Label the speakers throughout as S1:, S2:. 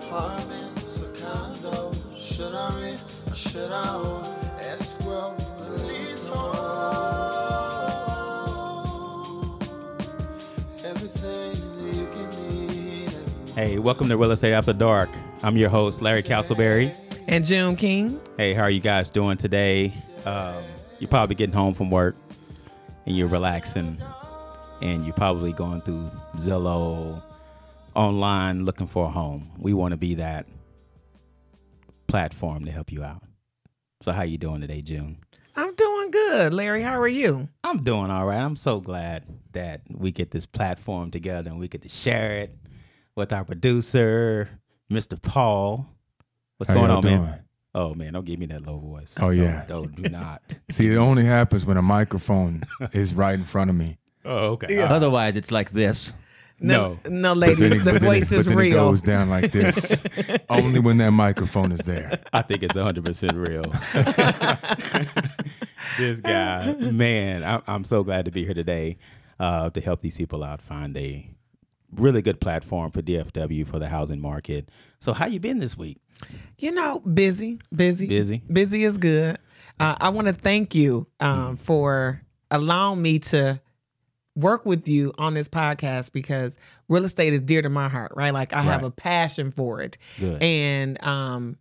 S1: Apartments, a condo, should I rent or should I own? Escrow to leasehold. Everything that you can need.
S2: Hey, welcome to Real Estate After Dark. I'm your host, Larry Castleberry.
S3: and June King.
S2: Hey, how are you guys doing today? Um, you're probably getting home from work and you're relaxing and you're probably going through Zillow online looking for a home. We want to be that platform to help you out. So how you doing today, June?
S3: I'm doing good, Larry. How are you?
S2: I'm doing all right. I'm so glad that we get this platform together and we get to share it with our producer, Mr. Paul. What's
S4: How
S2: going
S4: y'all
S2: on,
S4: doing?
S2: man? Oh man, don't give me that low voice.
S4: Oh, yeah.
S2: Don't, do not.
S4: See, it only happens when a microphone is right in front of me.
S2: oh, okay.
S5: Otherwise, it's like this.
S2: No.
S3: no, no
S4: But then
S3: ladies, the
S4: it- but then it-
S3: voice is
S4: but then It
S3: real.
S4: goes down like this. only when that microphone is there.
S2: I think it's 100% real. this guy, man, I, I'm so glad to be here today uh, to help these people out find a really good platform for DFW for the housing market. So, how you been this week?
S3: You know, busy, busy,
S2: Busy.
S3: busy is good. Uh, I want to thank you um, for allowing me to work with you on this podcast because real estate is dear to my heart, right? Like I have
S2: Right.
S3: a passion for it,
S2: Good.
S3: and um,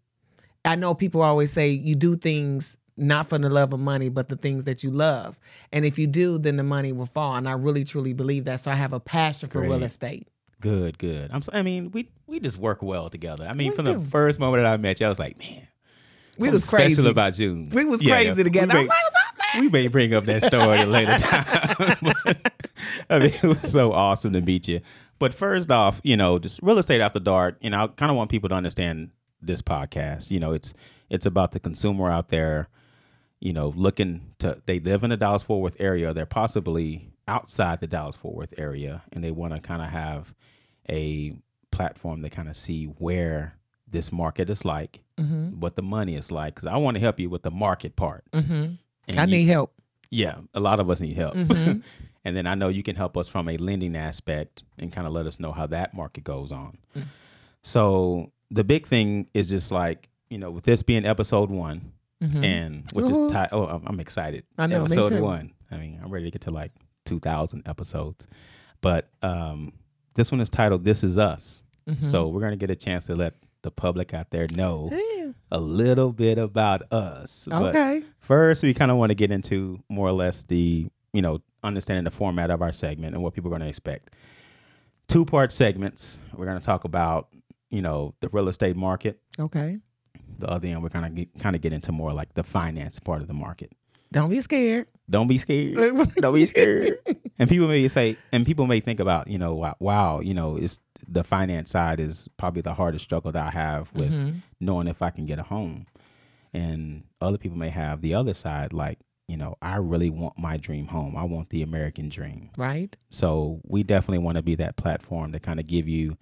S3: I know people always say you do things not for the love of money, but the things that you love. And if you do, then the money will fall. And I really truly believe that. So I have a passion for real
S2: Great.
S3: estate.
S2: Good, good. I'm. So, I mean, we we just work well together. I mean,
S3: We
S2: from the
S3: do.
S2: first moment that I met you, I was like, man,
S3: We
S2: something
S3: was crazy.
S2: special about June.
S3: We was
S2: Yeah,
S3: crazy
S2: we
S3: together.
S2: may-
S3: I'm like, what's up, man?
S2: we may bring up that story at a later time. but, I mean, it was so awesome to meet you. But first off, you know, just real estate after dark. You know, I kind of want people to understand this podcast. You know, it's it's about the consumer out there. You know, looking to they live in the Dallas Fort Worth area. They're possibly outside the Dallas Fort Worth area, and they want to kind of have a platform to kind of see where this market is like,
S3: Mm-hmm.
S2: what the money is like. Because I want to help you with the market part.
S3: Mm-hmm.
S2: And
S3: I
S2: you-
S3: need help.
S2: yeah, a lot of us need help.
S3: Mhm.
S2: and then I know you can help us from a lending aspect and kind of let us know how that market goes on.
S3: Mm.
S2: So the big thing is just like, you know, with this being episode one,
S3: Mhm.
S2: and which
S3: Woohoo.
S2: is, ti- oh, I'm, I'm excited.
S3: I know, me
S2: Episode
S3: too.
S2: one. I mean, I'm ready to get to like 2,000 episodes. But um, this one is titled This Is Us.
S3: Mhm.
S2: So we're going to get a chance to let the public out there know
S3: Yeah.
S2: a little bit about us. But
S3: okay.
S2: First, we kind of want to get into more or less the, you know, understanding the format of our segment and what people are going to expect. Two part segments. We're going to talk about, you know, the real estate market.
S3: Okay.
S2: The other end, we're going to get, kind of get into more like the finance part of the market.
S3: Don't be scared.
S2: Don't be scared. Don't be scared. and people may say, and people may think about, you know, wow, wow, you know, it's the finance side is probably the hardest struggle that I have with
S3: Mhm.
S2: knowing if I can get a home. And other people may have the other side, like, you know, I really want my dream home. I want the American dream.
S3: Right.
S2: So we definitely want to be that platform to kind of give you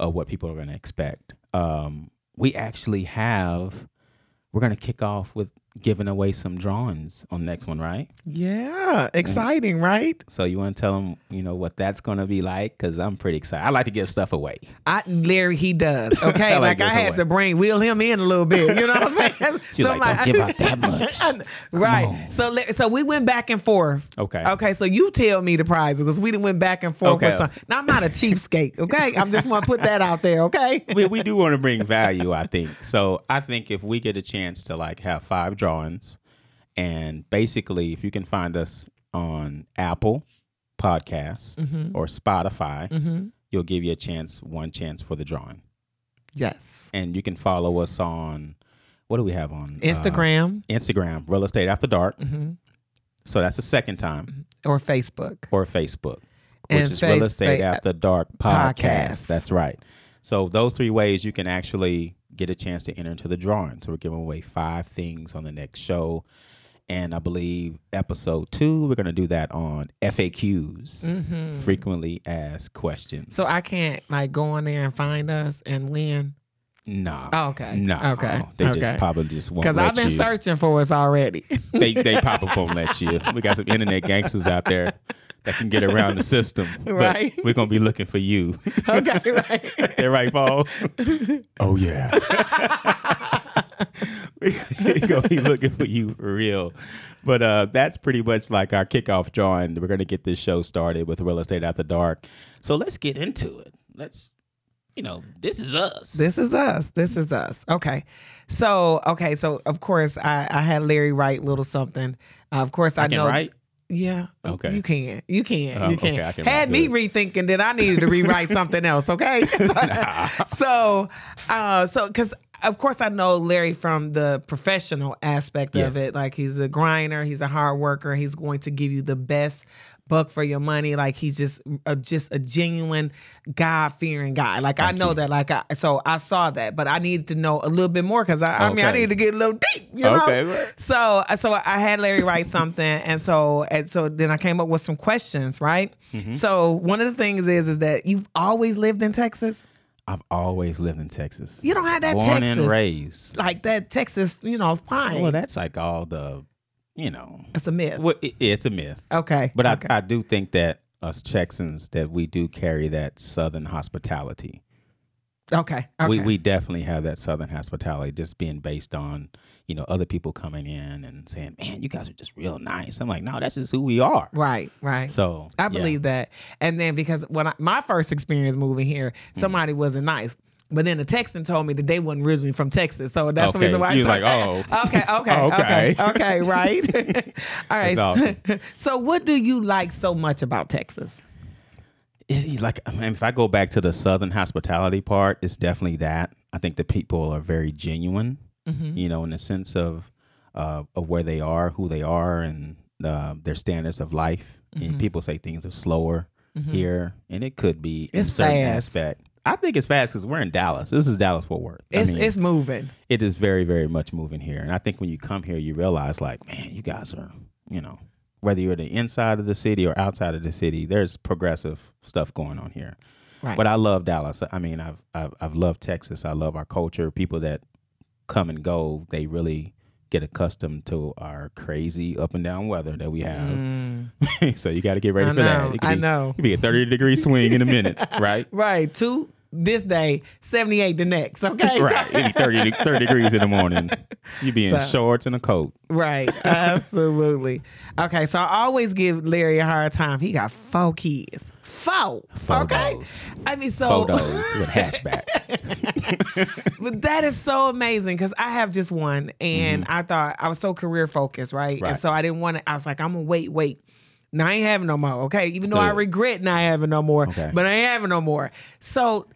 S2: uh, what people are going to expect. Um, we actually have, we're going to kick off with giving away some drawings on the next one, right?
S3: Yeah. Exciting, right?
S2: So you want to tell them, you know, what that's going to be like? Because I'm pretty excited. I like to give stuff away.
S3: I Larry, he does. Okay.
S2: I
S3: like,
S2: like
S3: I
S2: it
S3: had
S2: that
S3: to bring wheel him in a little bit. You know what I'm saying?
S2: She's
S3: I'm
S2: like, don't give out that much.
S3: I know. right.
S2: on.
S3: So le- so we went back and forth.
S2: Okay.
S3: Okay, so you tell me the prizes because we done went back and forth.
S2: Okay.
S3: With some. Now I'm not a cheapskate. Okay, I'm just want to put that out there. Okay.
S2: we, we do want to bring value, I think. So I think if we get a chance to like have five drawings, and basically, if you can find us on Apple Podcasts
S3: Mm-hmm.
S2: or Spotify,
S3: Mm-hmm.
S2: you'll give you a chance, one chance for the drawing.
S3: Yes.
S2: And you can follow us on what do we have on Uh,
S3: Instagram
S2: Instagram, Real Estate After Dark.
S3: hmm
S2: So that's the second time,
S3: or Facebook.
S2: or Facebook, which
S3: And
S2: is
S3: face-
S2: Real Estate
S3: fa-
S2: After Dark podcast.
S3: Podcast.
S2: That's right. So those three ways you can actually get a chance to enter into the drawing. So we're giving away five things on the next show. And I believe episode two, we're going to do that on FAQs,
S3: Mhm.
S2: frequently asked questions.
S3: So I can't like go on there and find us and win.
S2: nah,
S3: Oh, okay.
S2: nah,
S3: Okay.
S2: They
S3: Okay.
S2: just probably just won't
S3: Because
S2: let
S3: I've been
S2: you.
S3: searching for us already.
S2: they they pop up won't let you. We got some internet gangsters out there that can get around the system. But
S3: Right.
S2: we're gonna be looking for you.
S3: Okay, right.
S2: That right, Paul?
S4: Oh yeah.
S2: we're gonna be looking for you for real. But uh, that's pretty much like our kickoff drawing. We're gonna get this show started with real estate after dark. So let's get into it. Let's, you know, this is us.
S3: This is us. This is us. Okay. So, okay. So, of course, I, I had Larry write little something. Uh, of course, I,
S2: I can
S3: know.
S2: write.
S3: Yeah.
S2: Okay.
S3: You can. You can.
S2: Oh,
S3: you can.
S2: okay, I can
S3: Had me
S2: write
S3: rethinking that I needed to rewrite something else. Okay. so, so, uh, so because of course I know Larry from the professional aspect
S2: Yes.
S3: of it. Like he's a grinder. He's a hard worker. He's going to give you the best buck for your money. Like he's just a, just a genuine God fearing guy. Like I know that. Like I so I saw that, but I needed to know a little bit more because I, I mean I
S2: Okay.
S3: needed to get a little deep. You know.
S2: Okay, right.
S3: So uh, so I had Larry write something, and so and so then I came up with some questions, right?
S2: Mm-hmm.
S3: So one of the things is is that you've always lived in Texas,
S2: I've always lived in Texas.
S3: You don't have that
S2: Born and
S3: Texas.
S2: raised.
S3: like that Texas, you know, fine.
S2: Well, that's like all the, you know,
S3: that's a myth.
S2: well, it- it's a myth.
S3: okay,
S2: But
S3: Uh, oh, okay.
S2: I, I do think that us Texans that we do carry that Southern hospitality.
S3: okay, okay,
S2: We we definitely have that Southern hospitality, just being based on you know other people coming in and saying, "Man, you guys are just real nice." I'm like, "No, that's just who we are."
S3: right, right.
S2: So
S3: I believe that. And then because when I, my first experience moving here,
S2: Hmm.
S3: somebody wasn't nice. But then the Texan told me that they wasn't originally from Texas, so that's the
S2: Okay.
S3: reason why.
S2: You
S3: it's
S2: was like, oh.
S3: okay, okay, okay,
S2: Okay.
S3: okay, right? All right.
S2: That's awesome.
S3: So, so what do you like so much about Texas?
S2: Yeah, you- like I mean, if I go back to the Southern hospitality part, it's definitely that. I think the people are very genuine,
S3: Mm-hmm.
S2: you know, in the sense of uh, of where they are, who they are, and uh, their standards of life.
S3: Mm-hmm.
S2: And people say things are slower here, and it could be in
S3: It's
S2: certain
S3: fast.
S2: aspect. I think it's fast because we're in Dallas. This is Dallas Fort Worth. I
S3: It's
S2: mean,
S3: it's moving.
S2: it is very very much moving here and i think when you come here you realize like man you guys are you know whether you're the inside of the city or outside of the city there's progressive stuff going on here
S3: Right.
S2: but i love dallas i mean i've i've, I've loved texas i love our culture people that come and go they really get accustomed to our crazy up and down weather that we have
S3: Mm,
S2: so you got to get ready
S3: I
S2: for that
S3: know,
S2: It could
S3: I
S2: be-
S3: know.
S2: it could be a 30 degree swing in a minute right
S3: right. To this day, seventy eight the next. Okay.
S2: right it be 30, de- 30 degrees in the morning you be in
S3: So-
S2: shorts and a coat
S3: Right. Absolutely. Okay. So I always give Larry a hard time. He got four kids. Four. Okay.
S2: Photos.
S3: I mean, so
S2: photos with hatchback.
S3: but that is so amazing because I have just one, and I thought I was so career focused, right?
S2: Mm-hmm. Right.
S3: And so I didn't want to. I was like, I'm gonna wait, wait. Now I ain't having no more. Okay, even though I
S2: Good.
S3: regret not having no more,
S2: Okay.
S3: but I ain't having no more. So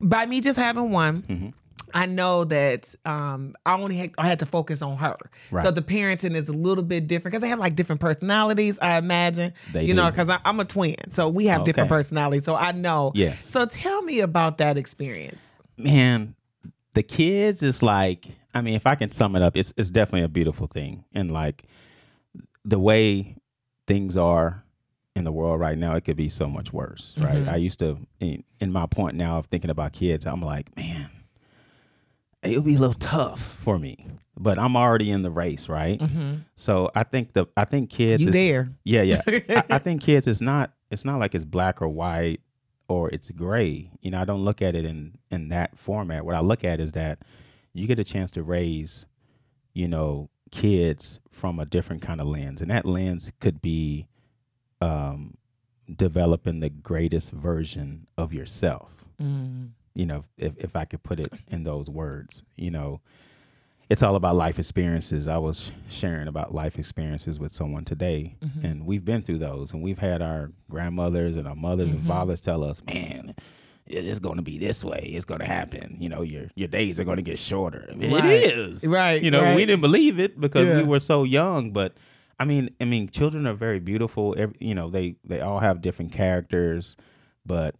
S3: by me just having one.
S2: Mhm.
S3: I know that um, I only had, I had to focus on her,
S2: Right.
S3: so the parenting is a little bit different because they have like different personalities. I imagine,
S2: They
S3: you know,
S2: do.
S3: because I'm a twin, so we have different
S2: Okay.
S3: personalities. So I know.
S2: Yes.
S3: So tell me about that experience.
S2: Man, the kids is like, I mean, if I can sum it up, it's it's definitely a beautiful thing. And like the way things are in the world right now, it could be so much worse, right?
S3: Mhm.
S2: I used to in, in my point now of thinking about kids, I'm like, man, it would be a little tough for me. But I'm already in the race, right?
S3: Mm-hmm.
S2: So I think the I think kids
S3: you
S2: is-
S3: there?
S2: Yeah, yeah. I, I think kids it's not it's not like it's black or white or it's gray. You know, I don't look at it in in that format. What I look at is that you get a chance to raise, you know, kids from a different kind of lens. And that lens could be um developing the greatest version of yourself.
S3: Mm.
S2: You know, if if I could put it in those words, you know, it's all about life experiences. I was sharing about life experiences with someone today,
S3: Mhm.
S2: and we've been through those. And we've had our grandmothers and our mothers and
S3: Mhm.
S2: fathers tell us, "Man, it- it's going to be this way. It's going to happen. You know, your your days are going to get shorter." I mean,
S3: Right.
S2: It is
S3: Right,
S2: You know, we
S3: right.
S2: didn't believe it because we
S3: Yeah.
S2: were so young, but. I mean, I mean, children are very beautiful. Every, you know, they they all have different characters, but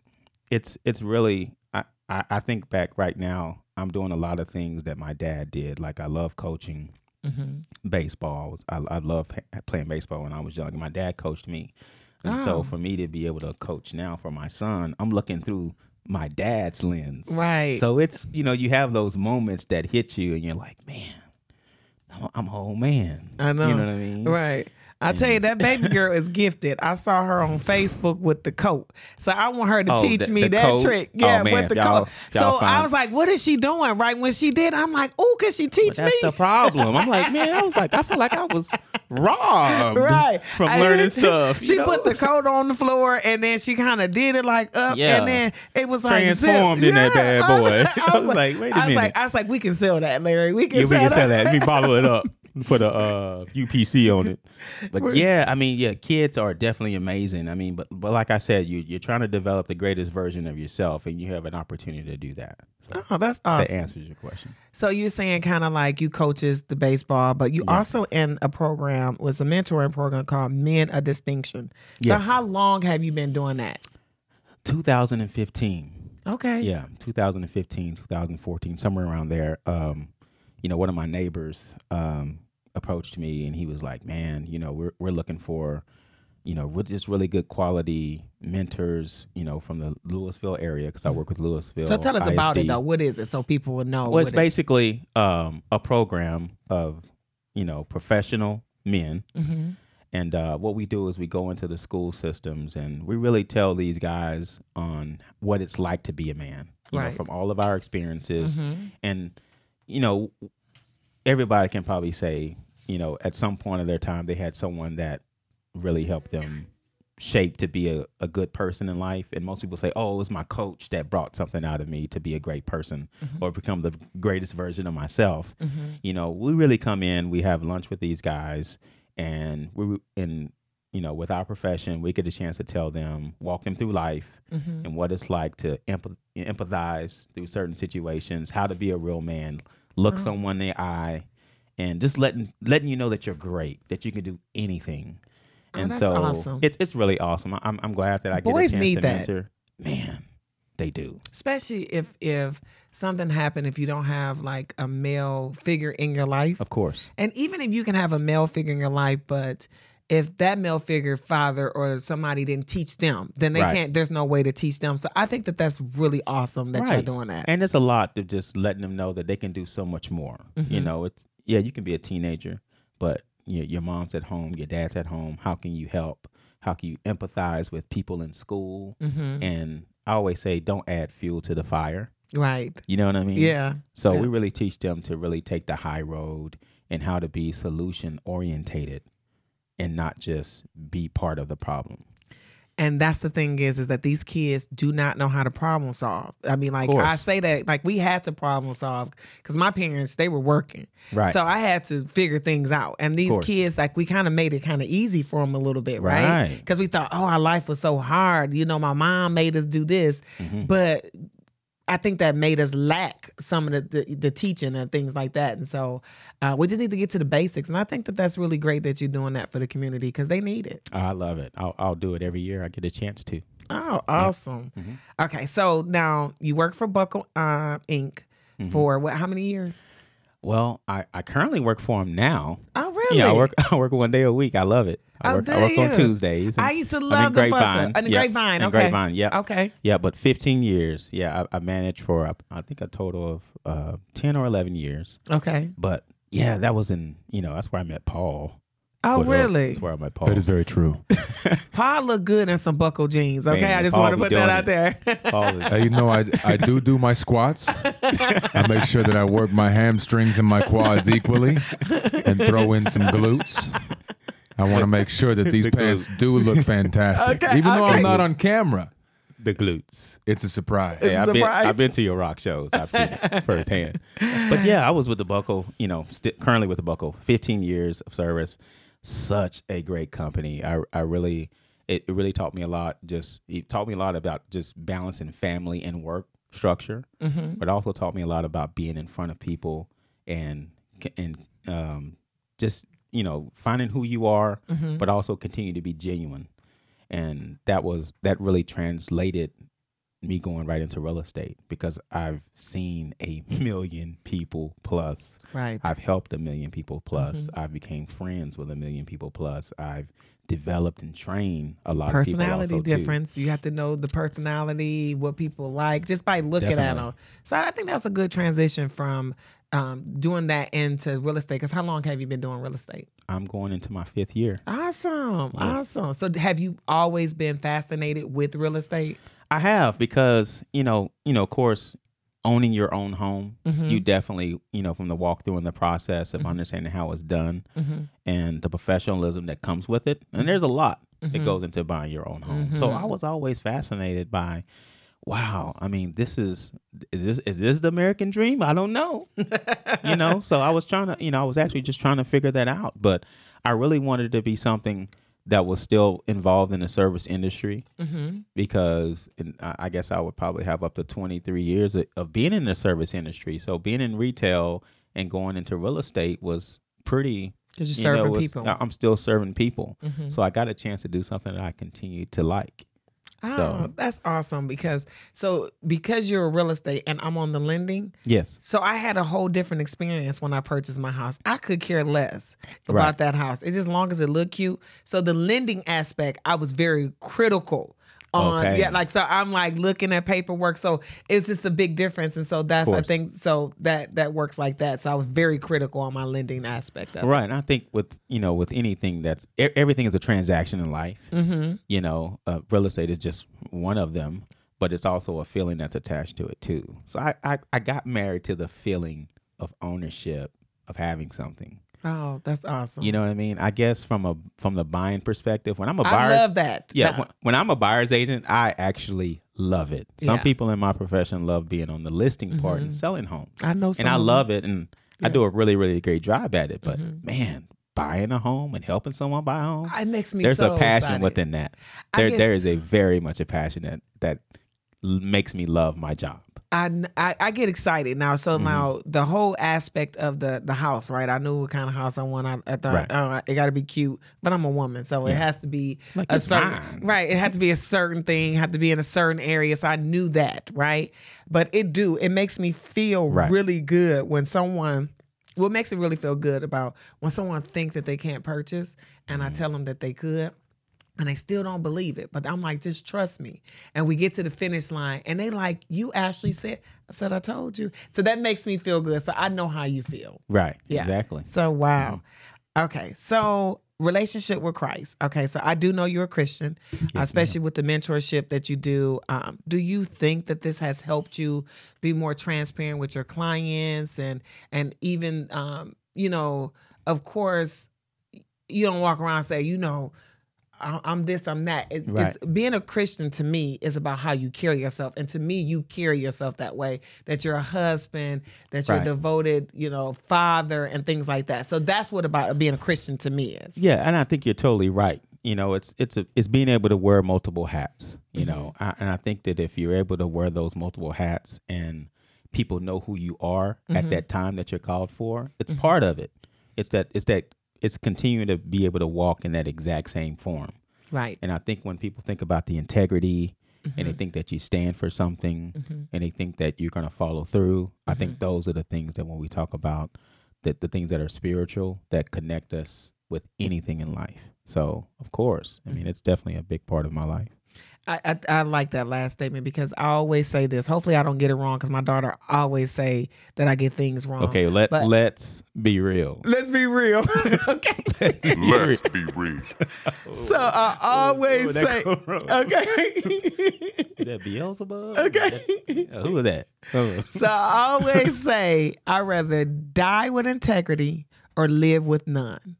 S2: it's it's really I, I I think back right now I'm doing a lot of things that my dad did like I love coaching
S3: Mhm.
S2: baseball I I love pa- playing baseball when I was young and my dad coached me and so
S3: Oh.
S2: for me to be able to coach now for my son I'm looking through my dad's lens
S3: Right.
S2: so it's you know you have those moments that hit you and you're like man I'm a- I'm an old man
S3: I know.
S2: you know what I mean
S3: right.
S2: mm.
S3: I tell you, that baby girl is gifted. I saw her on Facebook with the coat. So I want her to
S2: Oh,
S3: teach
S2: the-
S3: me
S2: the
S3: that
S2: coat?
S3: trick.
S2: Oh,
S3: Yeah,
S2: man,
S3: with the
S2: y'all-
S3: coat.
S2: y'all
S3: So
S2: find-
S3: I was like, what is she doing? Right when she did, I'm like, oh, could she teach
S2: That's the
S3: me?
S2: problem. I'm like, man, I was like, I feel like I was robbed
S3: right
S2: from
S3: I-
S2: learning stuff. you
S3: She
S2: know?
S3: put the coat on the floor and then she kind of did it like up
S2: Yeah.
S3: and then it was like zip.
S2: Transformed in that bad boy. I was like, wait a
S3: I was
S2: minute.
S3: like, I was like, we can sell that, Larry. We can,
S2: yeah, we
S3: sell,
S2: can sell
S3: that.
S2: that. Let me bottle it up. and Put a uh, UPC on it. But yeah, I mean, yeah, kids are definitely amazing. I mean, but but like I said, you you're trying to develop the greatest version of yourself, and you have an opportunity to do that. So
S3: Oh, that's
S2: that
S3: awesome.
S2: answers your question.
S3: So you're saying kind of like you coaches the baseball, but you also in a program was a mentoring program called Men a Distinction. So
S2: Yes.
S3: how long have you been doing that?
S2: 2015.
S3: Okay.
S2: Yeah, 2015, 2014, somewhere around there. Um, you know, one of my neighbors um, approached me and he was like, "Man, you know, we're we're looking for, you know, re- just really good quality mentors, you know, from the Louisville area because I work with Louisville."
S3: So tell us about it
S2: ISD.
S3: though. What is it? So people will know.
S2: Well, it's
S3: what it-
S2: basically um, a program of, you know, professional men
S3: Mhm.
S2: and uh, what we do is we go into the school systems and we really tell these guys on what it's like to be a man, you know,
S3: Right.
S2: from all of our experiences.
S3: Mhm.
S2: And, you know, everybody can probably say, you know, at some point of their time, they had someone that really helped them shape to be a, a good person in life. And most people say, oh, it was my coach that brought something out of me to be a great person or become the greatest version of myself
S3: Mhm.
S2: you know we really come in we have lunch with these guys and we and you know with our profession we get a chance to tell them walk them through life
S3: Mhm.
S2: and what it's like to empath- empathize through certain situations how to be a real man look
S3: Mm-hmm.
S2: someone in the eye and just letting letting you know that you're great that you can do anything
S3: Oh,
S2: and
S3: that's
S2: so
S3: awesome.
S2: it's it's really awesome I- i'm, I'm glad that i
S3: Boys
S2: get a chance
S3: need
S2: to
S3: that.
S2: mentor man they do
S3: especially if if something happened if you don't have like a male figure in your life
S2: of course
S3: and even if you can have a male figure in your life but if that male figure father or somebody didn't teach them then they
S2: Right.
S3: can't there's no way to teach them so i think that that's really awesome that you're
S2: Right.
S3: doing that
S2: and it's a lot to just letting them know that they can do so much more you
S3: Mhm.
S2: know it's yeah you can be a teenager but you know, your mom's at home your dad's at home how can you help how can you empathize with people in school
S3: mm-hmm.
S2: and i always say don't add fuel to the fire
S3: right
S2: you know what i mean
S3: yeah
S2: so
S3: yeah.
S2: we really teach them to really take the high road and how to be solution orientated and not just be part of the problem
S3: And that's the thing is, is that these kids do not know how to problem solve. I mean, like
S2: course.
S3: I say that, like we had to problem solve because my parents they were working,
S2: Right.
S3: So I had to figure things out. And these
S2: course.
S3: kids, like we kind of made it kind of easy for them a little bit, right?
S2: Right.
S3: Because we thought, oh, our life was so hard. You know, my mom made us do this,
S2: Mhm.
S3: but I think that made us lack some of the the, the teaching and things like that. And so uh, we just need to get to the basics. And I think that that's really great that you're doing that for the community because they need it.
S2: i love it I'll, I'll do it every year i get a chance to
S3: Oh, awesome.
S2: Mhm.
S3: Okay, so now you work for Buckle uh, Inc.
S2: Mhm.
S3: for what? How many years?
S2: well I, I currently work for him now
S3: Oh, really?
S2: Yeah, I work. I work one day a week. I love it. I
S3: Oh,
S2: work.
S3: do
S2: I work on
S3: you?
S2: Tuesdays.
S3: I
S2: and-
S3: used to
S2: I'm in
S3: love the Buckle.
S2: Grapevine.
S3: And the
S2: Yeah,
S3: Grapevine.
S2: in
S3: okay.
S2: Grapevine, yeah.
S3: Okay.
S2: Yeah, but 15 years. Yeah, I, I managed for I, I think a total of uh, 10 or 11 years.
S3: Okay.
S2: But yeah, that was in you know that's where I met Paul.
S3: Oh,
S2: Well,
S3: really?
S2: That's where I met Paul.
S4: That is very true.
S3: Paul look good in some buckle jeans. Okay,
S2: Man,
S3: I just
S2: Paul
S3: want to
S2: be
S3: put that out
S2: doing
S3: there.
S2: Paul
S4: Uh,
S2: is
S4: you know, I I do do my squats. I make sure that I work my hamstrings and my quads equally, and throw in some glutes. I want to make sure that these
S2: The
S4: pants
S2: glutes.
S4: do look fantastic,
S3: Okay,
S4: even though
S3: okay.
S4: I'm not on camera.
S2: the glutes.
S4: It's a surprise.
S2: Hey, I've been,
S3: surprise.
S2: I've been to your rock shows. I've seen it firsthand. But yeah, I was with the Buckle, you know, st- currently with the Buckle, 15 years of service. Such a great company. I, I really, it, it really taught me a lot. Just, it taught me a lot about just balancing family and work structure,
S3: Mhm.
S2: but also taught me a lot about being in front of people and, and, um, just, you know, finding who you are,
S3: Mm-hmm.
S2: Mm-hmm. but also continue to be genuine. And that was, that really translated me going right into real estate because I've seen a million people plus.
S3: Right.
S2: I've helped a million people plus. I've became friends with a million people plus. I've developed and trained a lot
S3: personality
S2: of people also, too.
S3: difference. You have to know the personality, what people like, just by looking at
S2: Definitely.
S3: them. So I think that was a good transition from um, doing that into real estate. Because how long have you been doing real estate?
S2: I'm going into my fifth year.
S3: Awesome. Awesome. So have you always been fascinated with real estate?
S2: I have because you know, you know, of course, owning your own home,
S3: Mhm.
S2: you definitely, you know, from the walkthrough and the process of understanding how it's done
S3: Mhm.
S2: and the professionalism that comes with it, and there's a lot
S3: Mhm.
S2: that goes into buying your own home. So I was always fascinated by, wow, I mean, this is is this is this the American dream? I don't know, you know. So I was trying to, you know, I was actually just trying to figure that out, but I really wanted it to be something that was still involved in the service industry
S3: Mm-hmm.
S2: because and I I guess I would probably have up to 23 years of, of being in the service industry. So being in retail and going into real estate was pretty.
S3: Because
S2: you
S3: you're
S2: know,
S3: serving
S2: was-
S3: people.
S2: I- I'm still serving people.
S3: Mhm.
S2: So I got a chance to do something that I continue to like.
S3: Oh,
S2: So-
S3: that's awesome because so because you're a real estate and I'm on the lending,
S2: Yes.
S3: so I had a whole different experience when I purchased my house. I could care less about
S2: Right.
S3: that house. It's as long as it looked cute. So the lending aspect, I was very critical on
S2: Okay.
S3: yeah, like so I'm like looking at paperwork. So it's just a big difference. And so that's I
S2: course.
S3: think so that that works like that. So I was very critical on my lending aspect of
S2: Uh, Right. And I think with, you know, with anything that's e- everything is a transaction in life.
S3: it. Mm-hmm.
S2: You know, uh, real estate is just one of them, but it's also a feeling that's attached to it too. So I, I, I got married to the feeling of ownership of having something.
S3: Oh, that's awesome.
S2: You know what I mean? I guess from a from the buying perspective, when I'm a
S3: I
S2: buyer's
S3: love that.
S2: yeah,
S3: That-
S2: when, when I'm a buyer's agent, I actually love it. Some
S3: Yeah.
S2: people in my profession love being on the listing part and
S3: Mhm.
S2: selling homes,
S3: I know some
S2: and I
S3: of them.
S2: love it, and I
S3: Yeah.
S2: do a really really great job at it. But
S3: Mhm.
S2: man, buying a home and helping someone buy a home,
S3: it makes me
S2: there's
S3: so
S2: a passion
S3: excited.
S2: within that.
S3: I
S2: There there
S3: guess-
S2: is a very much a passion that that l- makes me love my job.
S3: I, I, I get excited now. So
S2: Mm-hmm.
S3: now the whole aspect of the the house, right? I knew what kind of house I want. I, I thought
S2: Right.
S3: oh, it got to be cute, but I'm a woman, so it has to be
S2: Like,
S3: a
S2: it's
S3: certain
S2: mine.
S3: right. It had to be a certain thing, had to be in a certain area. So I knew that, right? But it do it makes me feel
S2: Right.
S3: really good when someone. What makes it really feel good about when someone think that they can't purchase, and
S2: Mm-hmm.
S3: I tell them that they could and they still don't believe it. But I'm like, just trust me. And we get to the finish line, and they like, you actually said, I said, I told you. So that makes me feel good. So I know how you feel.
S2: Right.
S3: Yeah.
S2: Exactly.
S3: So wow.
S2: Mm-hmm.
S3: Okay. So relationship with Christ. Okay. So I do know you're a Christian, especially with the mentorship that you do. Um, do you think that this has helped you be more transparent with your clients and and even um, you know, of course, you don't walk around and say, you know. I- I'm this, I'm that. It- it's- being a Christian to me is about how you carry yourself. And to me, you carry yourself that way that you're a husband, that you're
S2: Right.
S3: devoted, you know, father, and things like that. So that's what about being a Christian to me is.
S2: Yeah, and I think you're totally right. You know, it's it's a, it's being able to wear multiple hats. You know, I, and I think that if you're able to wear those multiple hats and people know who you are at that time that you're called for, it's part of it. It's that it's that it's continuing to be able to walk in that exact same form.
S3: Right.
S2: And I think when people think about the integrity and they think that you stand for something
S3: Mm-hmm.
S2: and they think that you're going to follow through, I think those are the things that when we talk about that the things that are spiritual that connect us with anything in life. So, of course, I
S3: Mm-hmm.
S2: mean, it's definitely a big part of my life.
S3: I, I I like that last statement because I always say this. Hopefully I don't get it wrong because my daughter always say that I get things wrong.
S2: Okay, let
S3: Oh. but-
S2: let's be real.
S3: Let's be real. okay.
S1: Let's be real.
S3: So I always
S2: Ooh, Oh, that
S3: say uh,
S2: go wrong.
S3: Okay.
S2: Is that Beelzebub?
S3: okay.
S2: Uh, Who is that? Oh.
S3: So I always say I'd rather die with integrity or live with none.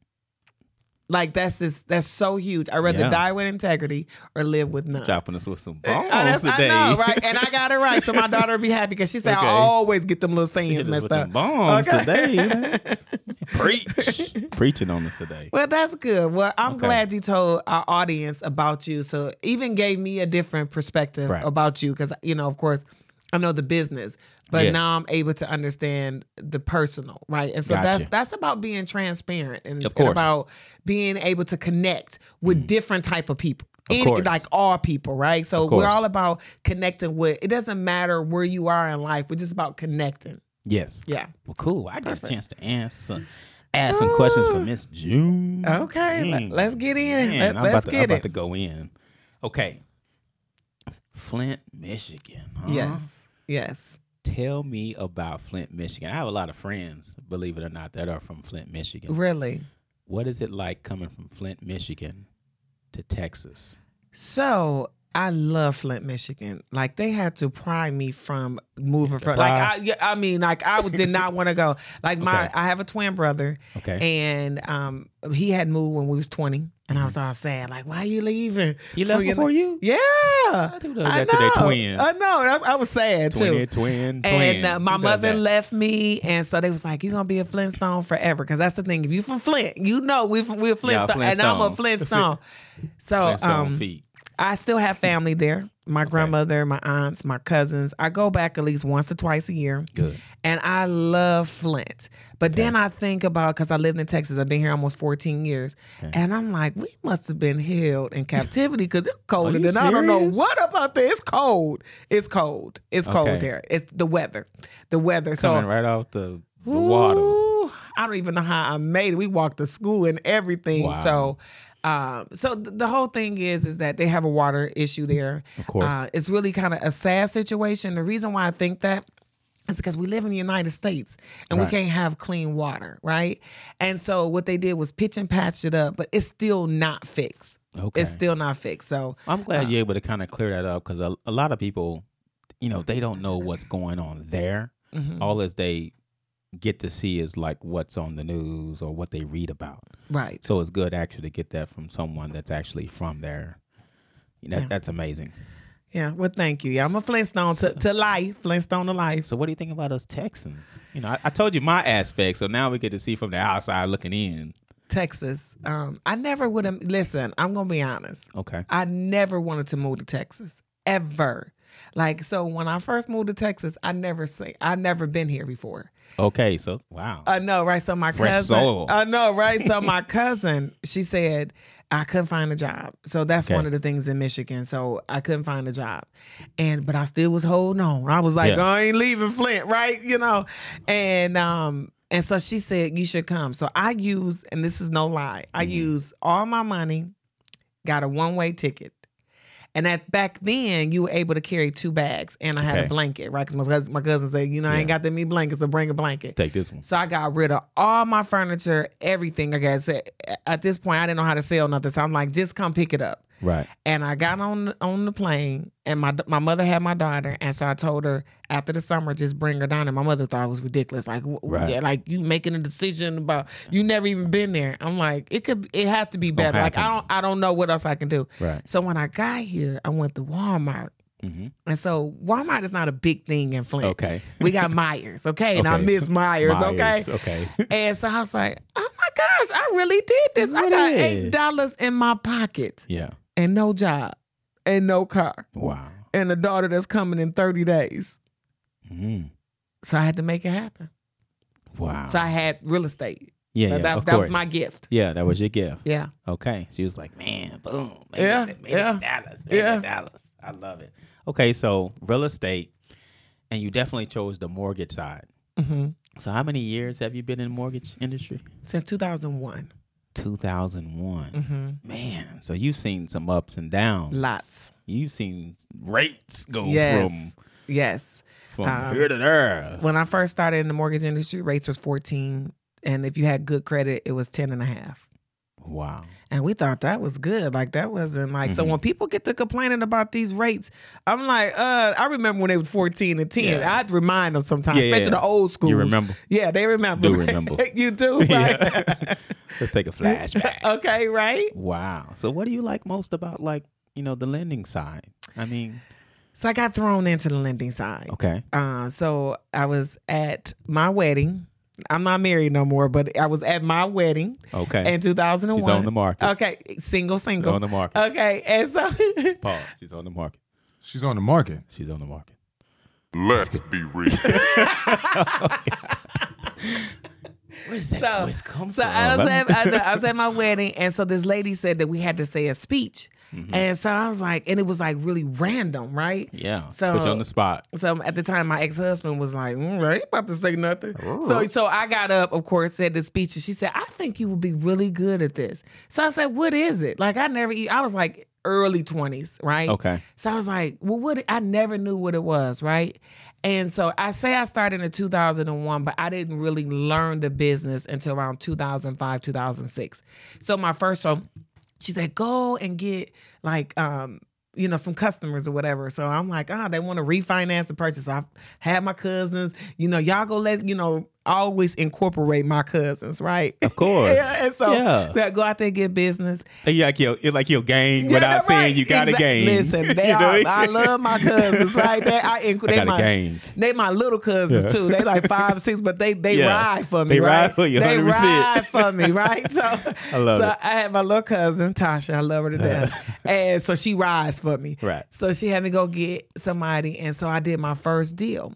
S3: Like that's just that's so huge. I'd rather
S2: Yeah.
S3: die with integrity or live with none.
S2: Chopping us with some
S3: Oh,
S2: bombs
S3: that's- I
S2: today.
S3: know, right? And I got it right. So my daughter will be happy because she said
S2: Okay.
S3: I always get them little
S2: Hit us
S3: sayings
S2: with
S3: messed
S2: them
S3: up.
S2: Bombs
S3: Okay.
S2: today. Preach. Preaching on us today.
S3: Well, that's good. Well, I'm
S2: Okay.
S3: glad you told our audience about you. So even gave me a different perspective
S2: Right.
S3: about you because you know, of course, I know the business, but
S2: Yes.
S3: now I'm able to understand the personal, right? And so that's
S2: Gotcha.
S3: that's about being transparent and,
S2: Of
S3: and
S2: course. Mm.
S3: about being able to connect with different type of people.
S2: Of
S3: Any,
S2: course.
S3: like all people, right? So
S2: Of
S3: we're
S2: course.
S3: all about connecting with. It doesn't matter where you are in life. We're just about connecting.
S2: Yes.
S3: Yeah.
S2: Well, cool. I got a chance to answer, ask some questions for Miss June.
S3: Okay. let-
S2: Mm.
S3: let's get in.
S2: Man,
S3: Let,
S2: I'm
S3: us
S2: about to, I'm
S3: get
S2: about
S3: it.
S2: to go in. Okay. Flint, Michigan. Huh?
S3: Yes. Yes.
S2: Tell me about Flint, Michigan. I have a lot of friends, believe it or not, that are from Flint, Michigan.
S3: Really.
S2: What is it like coming from Flint, Michigan to Texas?
S3: So I love Flint, Michigan. Like they had to pry me from moving from. Like
S2: Pry.
S3: I, yeah, I mean, like I did not want to go. Like my,
S2: Okay.
S3: I have a twin brother,
S2: Okay.
S3: and um, he had moved when we was twenty, and I was
S2: Mm-hmm.
S3: all sad. Like, why you leaving?
S2: He left
S3: For your-
S2: before you?
S3: Yeah,
S2: I
S3: I,
S2: do know that today. Twin.
S3: I know. That's, I was sad too.
S2: Twin, twin, twin.
S3: And uh, my
S2: Who does
S3: mother
S2: that?
S3: left me, and so they was like, "You're gonna be a Flintstone forever," because that's the thing. If you from Flint, you know we from, we're Flintstone, and I'm a Flintstone. So
S2: Flintstone
S3: um,
S2: feet.
S3: I still have family there. My grandmother, my aunts, my cousins. I go back at least once or twice a year.
S2: Good.
S3: And I love Flint. But then I think about because I lived in Texas, I've been here almost 14 years. And I'm like, we must have been held in captivity because it's colder
S2: you
S3: than I don't know
S2: serious?
S3: what about there. It's cold. It's cold. It's cold
S2: Okay.
S3: there. It's the weather. The weather. So
S2: Coming right off the, the water.
S3: Ooh, I don't even know how I made it. We walked to school and everything.
S2: Wow.
S3: So, um, so th- the whole thing is, is that they have a water issue there.
S2: Of course.
S3: Uh, it's really kind of a sad situation. The reason why I think that is because we live in the United States and we can't have clean water, right? And so what they did was pitch and patch it up, but it's still not fixed.
S2: Okay.
S3: It's uh, still not fixed. So
S2: I'm glad you're able to kind of clear that up because a, a lot of people, you know, they don't know what's going on there.
S3: mhm.
S2: All as they get to see is like what's on the news or what they read about.
S3: right.
S2: So it's good actually to get that from someone that's actually from there. You know,
S3: Yeah.
S2: That's amazing.
S3: Yeah. Well, thank you. Yeah, I'm a Flintstone to, to life. Flintstone to life.
S2: So what do you think about us Texans? You know, I, I told you my aspect, so now we get to see from the outside looking in.
S3: Texas. Um, I never would have. Listen, I'm gonna be honest.
S2: Okay.
S3: I never wanted to move to Texas ever. Like so, when I first moved to Texas, I never say I never been here before.
S2: Okay. So wow.
S3: I know, right? So my
S2: Fresh
S3: cousin.
S2: soil.
S3: I know, right? So my cousin, she said I couldn't find a job. So that's
S2: Okay.
S3: one of the things in Michigan. So I couldn't find a job, and but I still was holding on. I was like,
S2: Yeah.
S3: I ain't leaving Flint, right? You know, and um. And so she said, You should come. So I used, and this is no lie, I
S2: Mm-hmm.
S3: used all my money, got a one way ticket. And at back then, you were able to carry two bags, and I had
S2: Okay.
S3: a blanket, right? Because my, cous- my cousin said, You know, I ain't
S2: Yeah.
S3: got that many blankets, so bring a blanket.
S2: Take this one.
S3: So I got rid of all my furniture, everything. I guess at this point I didn't know how to sell nothing. So I'm like, just come pick it up.
S2: Right.
S3: And I got on on the plane, and my my mother had my daughter, and so I told her after the summer, just bring her down. And my mother thought it was ridiculous, like w- w-
S2: Right.
S3: yeah, like you making a decision about you never even been there. I'm like, it could it had to be
S2: gonna
S3: better. Like I
S2: happen.
S3: don't I don't know what else I can do.
S2: Right.
S3: So when I got here, I went to Walmart,
S2: hmm
S3: and so Walmart is not a big thing in Flint.
S2: Okay.
S3: We got Myers, okay, and I
S2: Okay.
S3: miss Myers, okay.
S2: Myers, Okay.
S3: And so I was like, oh my gosh, I really did this. I got
S2: Really?
S3: eight dollars in my pocket
S2: yeah.
S3: and no job and no car
S2: Wow.
S3: and a daughter that's coming in 30 days.
S2: Mm.
S3: So I had to make it happen.
S2: Wow.
S3: So I had real estate.
S2: yeah. yeah
S3: That- that
S2: of
S3: that was
S2: course.
S3: my gift.
S2: Yeah, that was your gift.
S3: Yeah.
S2: Okay. She was like, man, boom.
S3: Yeah,
S2: It,
S3: yeah,
S2: It Dallas. Made
S3: yeah.
S2: It Dallas. I love it. Okay. So real estate, and you definitely chose the mortgage side.
S3: hmm
S2: So how many years have you been in the mortgage industry?
S3: Since 2001.
S2: 2001.
S3: hmm
S2: Man, so you've seen some ups and downs.
S3: Lots.
S2: You've seen rates go
S3: Yes. Yes.
S2: from from
S3: Um,
S2: here to there.
S3: When I first started in the mortgage industry, rates was 14. And if you had good credit, it was 10 and a half.
S2: Wow.
S3: And we thought that was good. Like that wasn't like
S2: Mm-hmm.
S3: so when people get to complaining about these rates, I'm like, uh, I remember when they was 14 and 10.
S2: Yeah.
S3: I'd remind them sometimes,
S2: Yeah, yeah,
S3: especially
S2: yeah.
S3: the old school.
S2: You remember?
S3: Yeah, they remember.
S2: Do remember.
S3: you do, right?
S2: Yeah. Let's take a flashback.
S3: okay, right?
S2: Wow. So what do you like most about like, you know, the lending side? I mean,
S3: So I got thrown into the lending side.
S2: okay.
S3: Uh, so I was at my wedding. I'm not married no more, but I was at my wedding
S2: Okay.
S3: in 2001.
S2: She's on the market.
S3: Okay, single,
S2: She's
S3: single.
S2: on the market.
S3: Okay, and so
S2: Paul, she's on the market.
S4: She's on the market.
S2: She's on the market.
S1: Let's be real.
S2: Where's
S3: So-
S2: voice come
S3: So I was, at, I, know, I was at my wedding, and so this lady said that we had to say a speech,
S2: Mm-hmm.
S3: and so I was like, and it was like really random, right?
S2: yeah.
S3: So-
S2: Put you on the spot.
S3: So at the time, my ex husband was like, mm, I ain't about to say nothing. So so I got up, of course, said the speech, and she said, I think you would be really good at this. So I said, What is it? Like I never, e-. I was like, early 20s, right?
S2: Okay.
S3: So I was like, well, what? I never knew what it was, right? And so I say I started in 2001, but I didn't really learn the business until around 2005, 2006. So my first, so she said, go and get like, um, you know, some customers or whatever. So I'm like, ah, they want to refinance the purchase. I've had my cousins, you know, y'all go let, you know, always incorporate my cousins, right?
S2: Of course.
S3: Yeah, and so,
S2: Yeah.
S3: so I go out there and get business.
S2: And you like your you like your game
S3: Yeah,
S2: without
S3: that
S2: saying
S3: right.
S2: you got
S3: Exact-
S2: a game.
S3: Listen, they
S2: You know?
S3: are, I love my cousins, right? They, I, inc-
S2: I
S3: they
S2: got
S3: my,
S2: a game.
S3: They my little cousins
S2: Yeah.
S3: too. They like five, six, but they they
S2: Yeah.
S3: ride for me.
S2: They
S3: right?
S2: ride for you,
S3: They
S2: 100%.
S3: ride for me, right? So
S2: I love
S3: so
S2: it.
S3: I had my little cousin Tasha. I love her to death, and so she rides for me.
S2: Right.
S3: So she had me go get somebody, and so I did my first deal.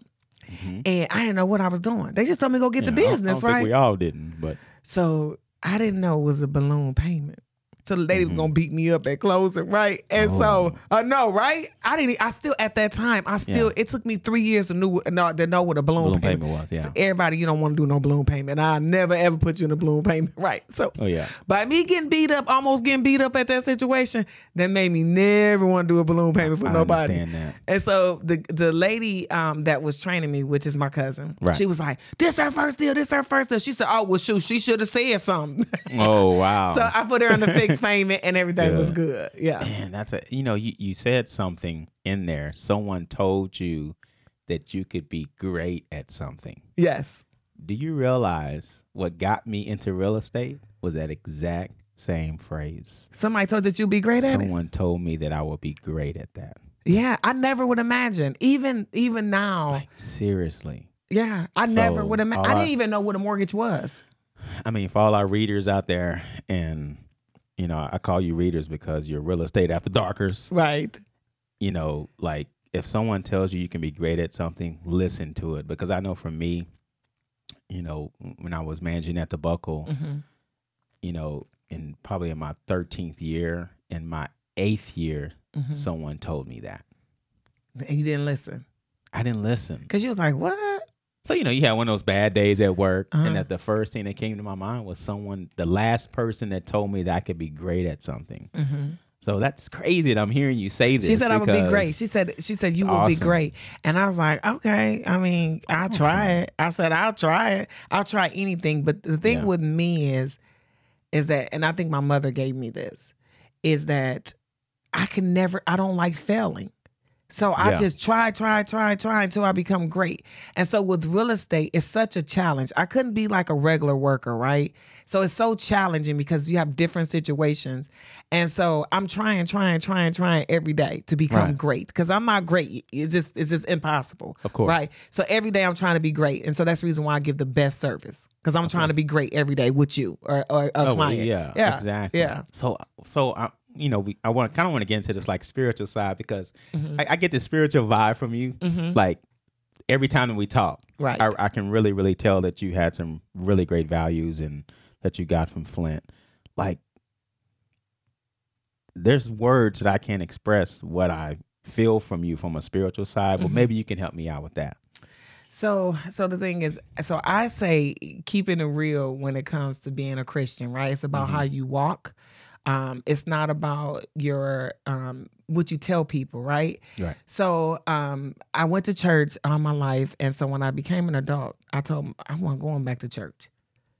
S3: And I didn't know what I was doing. They just told me to go get
S2: You
S3: the
S2: know, Mm-hmm. I don't- I
S3: business,
S2: don't think
S3: right?
S2: we all didn't, but
S3: So I didn't know it was a balloon payment. So the lady was
S2: Mm-hmm.
S3: gonna beat me up at closing, right? And so, uh, no, right? I didn't. I still at that time. I still.
S2: Oh. Yeah.
S3: It took me three years to know no, to know what a balloon,
S2: balloon
S3: payment.
S2: payment was. Yeah.
S3: So everybody, you don't want to do no balloon payment. I never ever put you in a balloon payment, right? So,
S2: Oh yeah.
S3: by me getting beat up, almost getting beat up at that situation, that made me never want to do a balloon payment for
S2: I
S3: nobody.
S2: understand that.
S3: And so the the lady um, that was training me, which is my cousin,
S2: Right.
S3: she was like, "This her first deal. This her first deal." She said, "Oh well, shoot, she should have said something."
S2: Oh wow.
S3: so I put her on the fixed payment, and everything was
S2: Yeah.
S3: good. Yeah,
S2: Man, that's a you know, you, you said something in there. Someone told you that you could be great at something.
S3: yes,
S2: Do you realize what got me into real estate was that exact same phrase?
S3: somebody told that you'd be great at it.
S2: Someone told me that I would be great at that.
S3: Yeah, I never would imagine. Even even now,
S2: Like seriously.
S3: yeah, I
S2: so
S3: never would imagine. I
S2: all I-
S3: didn't even know what a mortgage was.
S2: I mean, for all our readers out there, and you know, I call you readers because you're real estate after darkers.
S3: Right.
S2: You know, like if someone tells you you can be great at something, listen to it because I know for me, you know, when I was managing at the Buckle,
S3: Mm-hmm.
S2: you know, in probably in my 13th year, in my eighth year, someone told me that.
S3: And you Mm-hmm. didn't listen
S2: I didn't listen.
S3: because you was like, "What?"
S2: So, you know, you had one of those bad days at work,
S3: Uh-huh.
S2: and that the first thing that came to my mind was someone, the last person that told me that I could be great at something.
S3: Mm-hmm.
S2: So that's crazy that I'm hearing you say this.
S3: She said I would be
S2: because-
S3: great. She said she said you
S2: It's
S3: will be
S2: awesome.
S3: great. And I was like, okay. I mean, I'll try it. I said I'll try it. I'll try anything. But the thing
S2: Yeah.
S3: with me is, is that, and I think my mother gave me this, is that I can never. I don't like failing. So I
S2: Yeah.
S3: just try, try, try, try until I become great. And so with real estate, it's such a challenge. I couldn't be like a regular worker, right? So it's so challenging because you have different situations. And so I'm trying, trying, trying, trying every day to become
S2: Right.
S3: great. Cause I'm not great. It's just it's just impossible.
S2: Of course.
S3: Right. So every day I'm trying to be great. And so that's the reason why I give the best service. Cause I'm trying to be great every day with you or, or a
S2: Oh, well,
S3: client.
S2: yeah,
S3: Yeah.
S2: exactly.
S3: Yeah.
S2: So, so I, you know, we, I want kind of want to get into this like spiritual side because
S3: Mhm.
S2: I, I get the spiritual vibe from you.
S3: Mhm.
S2: Like every time that we talk,
S3: Right.
S2: I, I can really, really tell that you had some really great values and that you got from Flint. Like, there's words that I can't express what I feel from you from a spiritual side,
S3: Mm-hmm.
S2: but maybe you can help me out with that.
S3: So, so the thing is, so I say keeping it real when it comes to being a Christian, right? It's about
S2: Mm-hmm.
S3: how you walk. Um, it's not about your um, what you tell people, right?
S4: Right.
S3: So um, I went to church all my life, and so when I became an adult, I told I wasn't going back to church.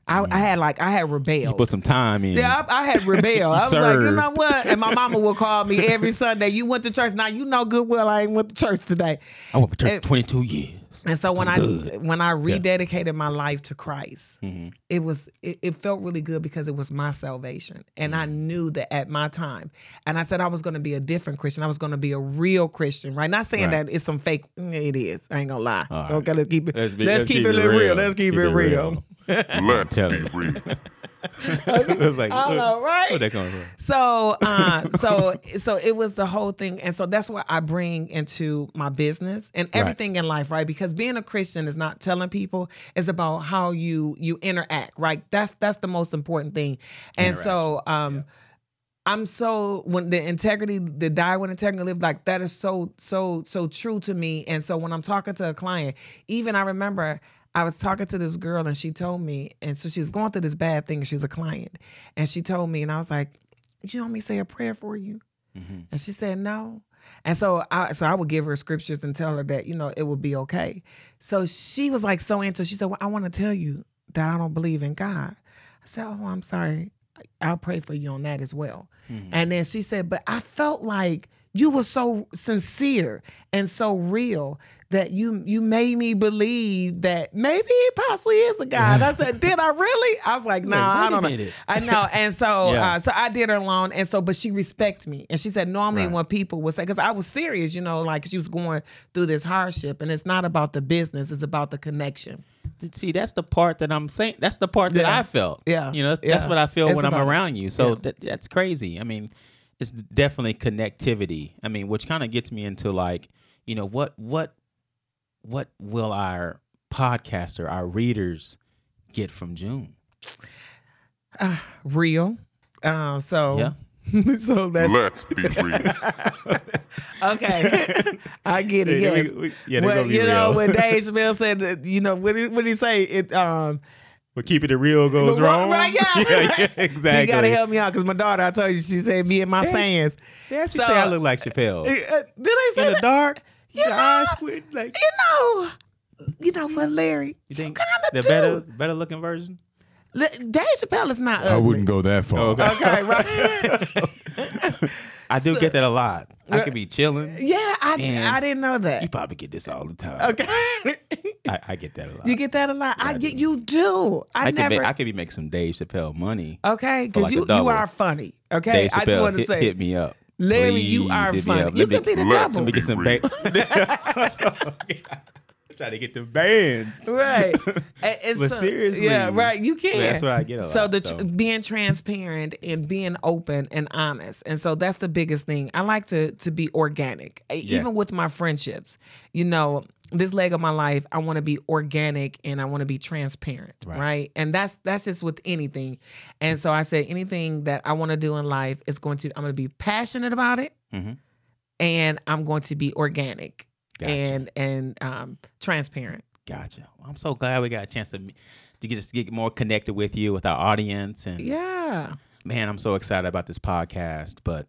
S3: I, I had like I had
S2: Mm. You
S3: rebelled.
S2: put some time in.
S3: Yeah, I, I had rebelled. I was like, you
S2: served.
S3: know what? And my mama would call me every Sunday. You went to church now. You know good well I ain't went to church today.
S2: I went to church
S3: It-
S2: 22 years.
S3: And so when
S2: I'm
S3: I
S2: good.
S3: when I rededicated my life to Christ,
S2: Mhm.
S3: it was it, it felt really good because it was my salvation, and I
S2: Mm-hmm.
S3: knew that at my time. And I said I was going to be a different Christian. I was going to be a real Christian, right? Not saying
S2: Right.
S3: that it's some fake. mm, It is. I ain't gonna lie.
S2: All right.
S3: Okay, let's keep it.
S2: Let's
S3: Let's,
S2: be- let's
S3: keep, it real. Let's keep, it real.
S2: Let's be real. It was like,
S3: I know, right?
S2: where that coming from?
S3: So, uh, so, so it was the whole thing, and so that's what I bring into my business and
S2: Right.
S3: everything in life, right? Because being a Christian is not telling people; it's about how you you interact, right? That's that's the most important thing, and so. um I'm so when the integrity, the die when integrity live, like that is so so so true to me. And so when I'm talking to a client, even I remember I was talking to this girl and she told me, and so she's going through this bad thing. and She's a client, and she told me, and I was like, "You want me to say a prayer for you?" And she said, No. And so I so I would give her scriptures and tell her that, you know, it would be okay. So she was like so into it. she said, Well, I want to tell you that I don't believe in God. I said, Oh, I'm sorry. I'll pray for you on that as well. And then she said, But I felt like you were so sincere and so real that you you made me believe that maybe he possibly is a God. I said, Did I really? I was like, No, I
S2: Brady
S3: don't know.
S2: did it.
S3: I know. And so
S2: Yeah.
S3: uh, so I did her alone. And so, but she respects me. And she said, normally
S2: Right.
S3: when people would say, because I was serious, you know, like she was going through this hardship. And it's not about the business, it's about the connection.
S2: See, that's the part that I'm saying. That's the part that
S3: Yeah.
S2: I felt.
S3: Yeah.
S2: You know, that's, that's
S3: Yeah.
S2: what I feel
S3: It's
S2: when I'm
S3: about-
S2: around you. So
S3: Yeah.
S2: that, that's crazy. I mean, it's definitely connectivity. I mean, which kind of gets me into like, you know, what what what will our podcaster, our readers get from June?
S3: Real. Um, so
S2: Yeah.
S3: so that's
S5: Let's be real.
S3: okay. I get it.
S2: Yeah,
S3: Yes.
S2: we- we- yeah, they're
S3: Well,
S2: gonna be
S3: you know,
S2: real.
S3: when Dave Smith said, that, you know, what did, what did he say? It um
S2: But keeping it real goes
S3: But right- right, yeah, right.
S2: exactly.
S3: you gotta help me out because my daughter, I told you, she said me and my
S2: Dave-
S3: fans.
S2: They actually
S3: So-
S2: say I look like Chappelle.
S3: Uh, uh, did I say
S2: In the
S3: that?
S2: dark,
S3: You
S2: your
S3: know-
S2: eyes squint like
S3: You know, you know what, Larry?
S2: you think
S3: kinda
S2: the
S3: do.
S2: better better looking version?
S3: Li- Dave Chappelle is not ugly.
S4: I wouldn't go that
S2: Oh,
S4: far.
S3: Okay, right.
S2: I do
S3: So-
S2: get that a lot. I
S3: Well-
S2: could be chilling.
S3: yeah, I
S2: Man.
S3: I didn't know
S2: You
S3: that.
S2: probably get this all the time.
S3: Okay.
S2: I, I get that a lot.
S3: you get that a lot. I
S2: I
S3: get
S2: do.
S3: you do. I,
S2: I, could
S3: never
S2: be, I could be making some Dave Chappelle money.
S3: Okay,
S2: For
S3: because
S2: like a
S3: you, you
S2: double.
S3: are funny. Okay,
S2: Dave
S3: I just
S2: Chappelle,
S3: want to
S2: hit,
S3: say,
S2: hit me up.
S3: Larry, you
S2: Please
S3: are
S2: hit me
S3: funny.
S2: up.
S3: You
S2: Let
S3: could be the
S5: let's
S2: Let
S3: devil,
S2: me get some
S5: Be
S2: bait. Try to get the bands.
S3: right? And- and
S2: But
S3: so-
S2: seriously,
S3: yeah, right. You can.
S2: that's what I get a
S3: So
S2: lot,
S3: the
S2: so.
S3: tr- being transparent and being open and honest, and so that's the biggest thing. I like to to be organic, E-
S2: Yeah.
S3: even with my friendships. You know, this leg of my life, I want to be organic and I want to be transparent, right.
S2: Right.
S3: And that's that's just with anything. And so I said, anything that I want to do in life is going to I'm going to be passionate about it,
S2: Mhm.
S3: and I'm going to be organic
S2: Gotcha.
S3: and and um, transparent.
S2: Gotcha. Well, I'm so glad we got a chance to meet- to get just get more connected with you, with our audience, and
S3: Yeah.
S2: man, I'm so excited about this podcast. But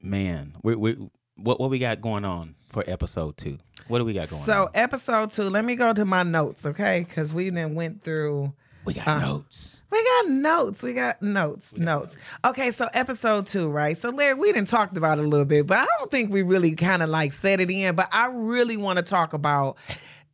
S2: man, we, we what what we got going on for episode two? What do we got going
S3: So
S2: on?
S3: episode two, let me go to my notes, okay? Because we then went through.
S2: We got
S3: uh,
S2: notes.
S3: We got notes. We got notes. notes. Okay, so episode two, right? So Larry, we didn't talked about it a little bit, but I don't think we really kind of like set it in. But I really want to talk about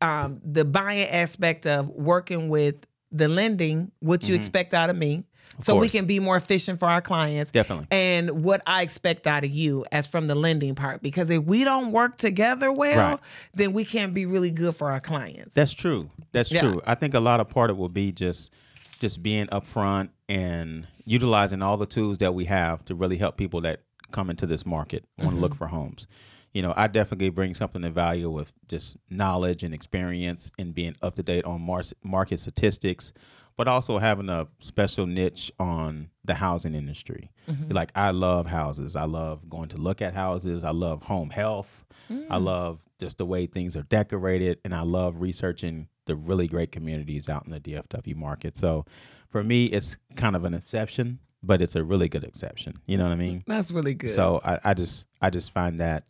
S3: um, the buying aspect of working with the lending, what you expect out Mm-hmm. of me, so we
S2: course.
S3: can be more efficient for our clients.
S2: Definitely.
S3: and what I expect out of you as from the lending part. Because if we don't work together well,
S2: Right.
S3: then we can't be really good for our clients.
S2: That's true. That's
S3: Yeah.
S2: true. I think a lot of part of it will be just just being upfront and utilizing all the tools that we have to really help people that come into this market want to look for homes. You know, I definitely bring something of value with just knowledge and experience and being up to date on mar- market statistics, but also having a special niche on the housing industry. Like I love houses. I love going to look at houses. I love home health.
S3: Mm.
S2: I love just the way things are decorated, and I love researching the really great communities out in the DFW market. So, for me, it's kind of an exception, but it's a really good exception. You know what I mean?
S3: That's really good.
S2: So I, I just I just find that,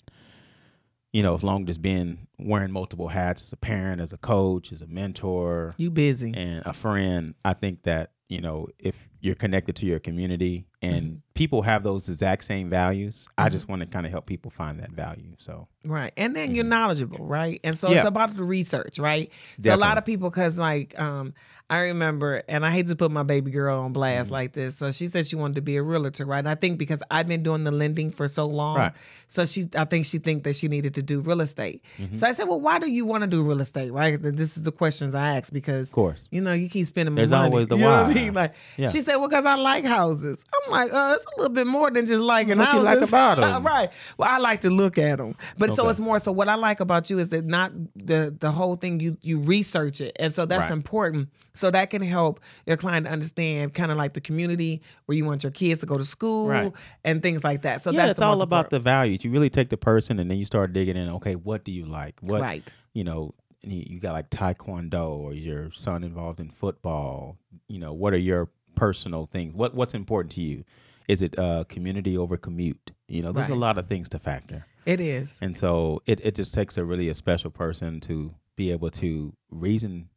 S2: you know, as long as being wearing multiple hats as a parent, as a coach, as a mentor,
S3: you busy.
S2: and a friend, I think that, you know, if you're connected to your community and
S3: Mm-hmm.
S2: people have those exact same values, I just want to kind of help people find that value. So
S3: Right. And then you're knowledgeable, right? And so it's
S2: Mm-hmm. Yeah.
S3: about the research, right? So a lot of people cuz like um I remember and I hate to put my baby girl on blast like this. So she said she wanted to be a realtor, right? And I think because I've been doing the lending for so long,
S2: Right.
S3: so she I think she think that she needed to do real estate. So I said, "Well, why do you want to do real estate?" Right? This is the questions I ask because
S2: of course.
S3: You know, you keep spending my
S2: There's
S3: money.
S2: always the
S3: you know what I
S2: why.
S3: mean? Like
S2: Yeah.
S3: she said, well, because I like houses. I'm like, uh, it's a little bit more than just liking
S2: What you
S3: houses.
S2: like about 'em?
S3: right. Well, I like to look at them, but so
S2: Okay.
S3: it's more. So what I like about you is that not the the whole thing. You you research it, and so that's
S2: Right.
S3: important. So that can help your client understand kind of like the community where you want your kids to go to school
S2: Right.
S3: and things like that. So
S2: yeah,
S3: that's
S2: it's
S3: the most
S2: all about the
S3: important.
S2: values. You really take the person and then you start digging in. Okay, what do you like? What
S3: right.
S2: you know, and you you got like taekwondo or your son involved in football. You know, what are your personal things? What what's important to you? Is it uh, community over commute? You know, there's
S3: Right.
S2: a lot of things to factor.
S3: It is.
S2: And so it, it just takes a really a special person to be able to reason,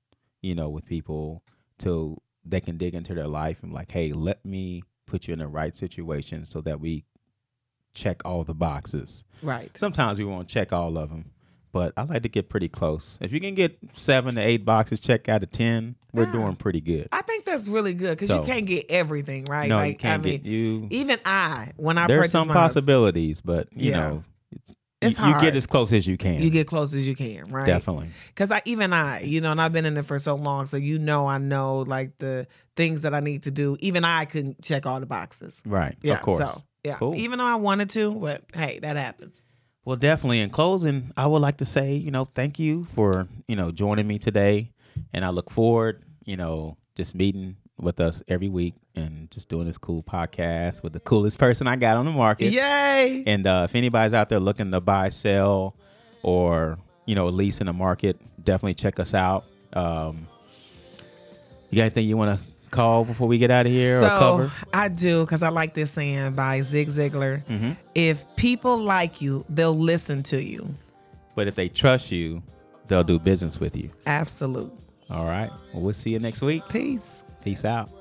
S2: you know, with people to they can dig into their life and like, hey, let me put you in the right situation so that we check all the boxes.
S3: Right.
S2: Sometimes we won't check all of them, but I like to get pretty close. If you can get seven to eight boxes checked out of ten, we're
S3: Yeah.
S2: doing pretty good.
S3: I think that's really good because
S2: So-
S3: you can't get everything right.
S2: no,
S3: like
S2: you can't
S3: I mean,
S2: get you.
S3: even I when I
S2: There's
S3: purchase
S2: some
S3: my house,
S2: possibilities, but you
S3: Yeah.
S2: know, it's,
S3: It's
S2: you, you
S3: hard.
S2: get as close as you can.
S3: you get close as you can, right?
S2: definitely.
S3: Because I even I, you know, and I've been in it for so long, so you know, I know like the things that I need to do. Even I couldn't check all the boxes.
S2: Right.
S3: Yeah.
S2: of course.
S3: So yeah,
S2: Cool.
S3: even though I wanted to, but hey, that happens.
S2: Well, definitely. In closing, I would like to say, you know, thank you for, you know, joining me today. And I look forward, you know, just meeting with us every week and just doing this cool podcast with the coolest person I got on the market.
S3: Yay!
S2: And uh, if anybody's out there looking to buy, sell, or, you know, lease in the market, definitely check us out. Um, you got anything you want to call before we get out of here or
S3: so
S2: cover?
S3: I do because I like this saying by Zig Ziglar:
S2: Mm-hmm.
S3: If people like you, they'll listen to you.
S2: But if they trust you, they'll do business with you.
S3: Absolute
S2: All right. Well, we'll see you next week.
S3: peace.
S2: Peace out.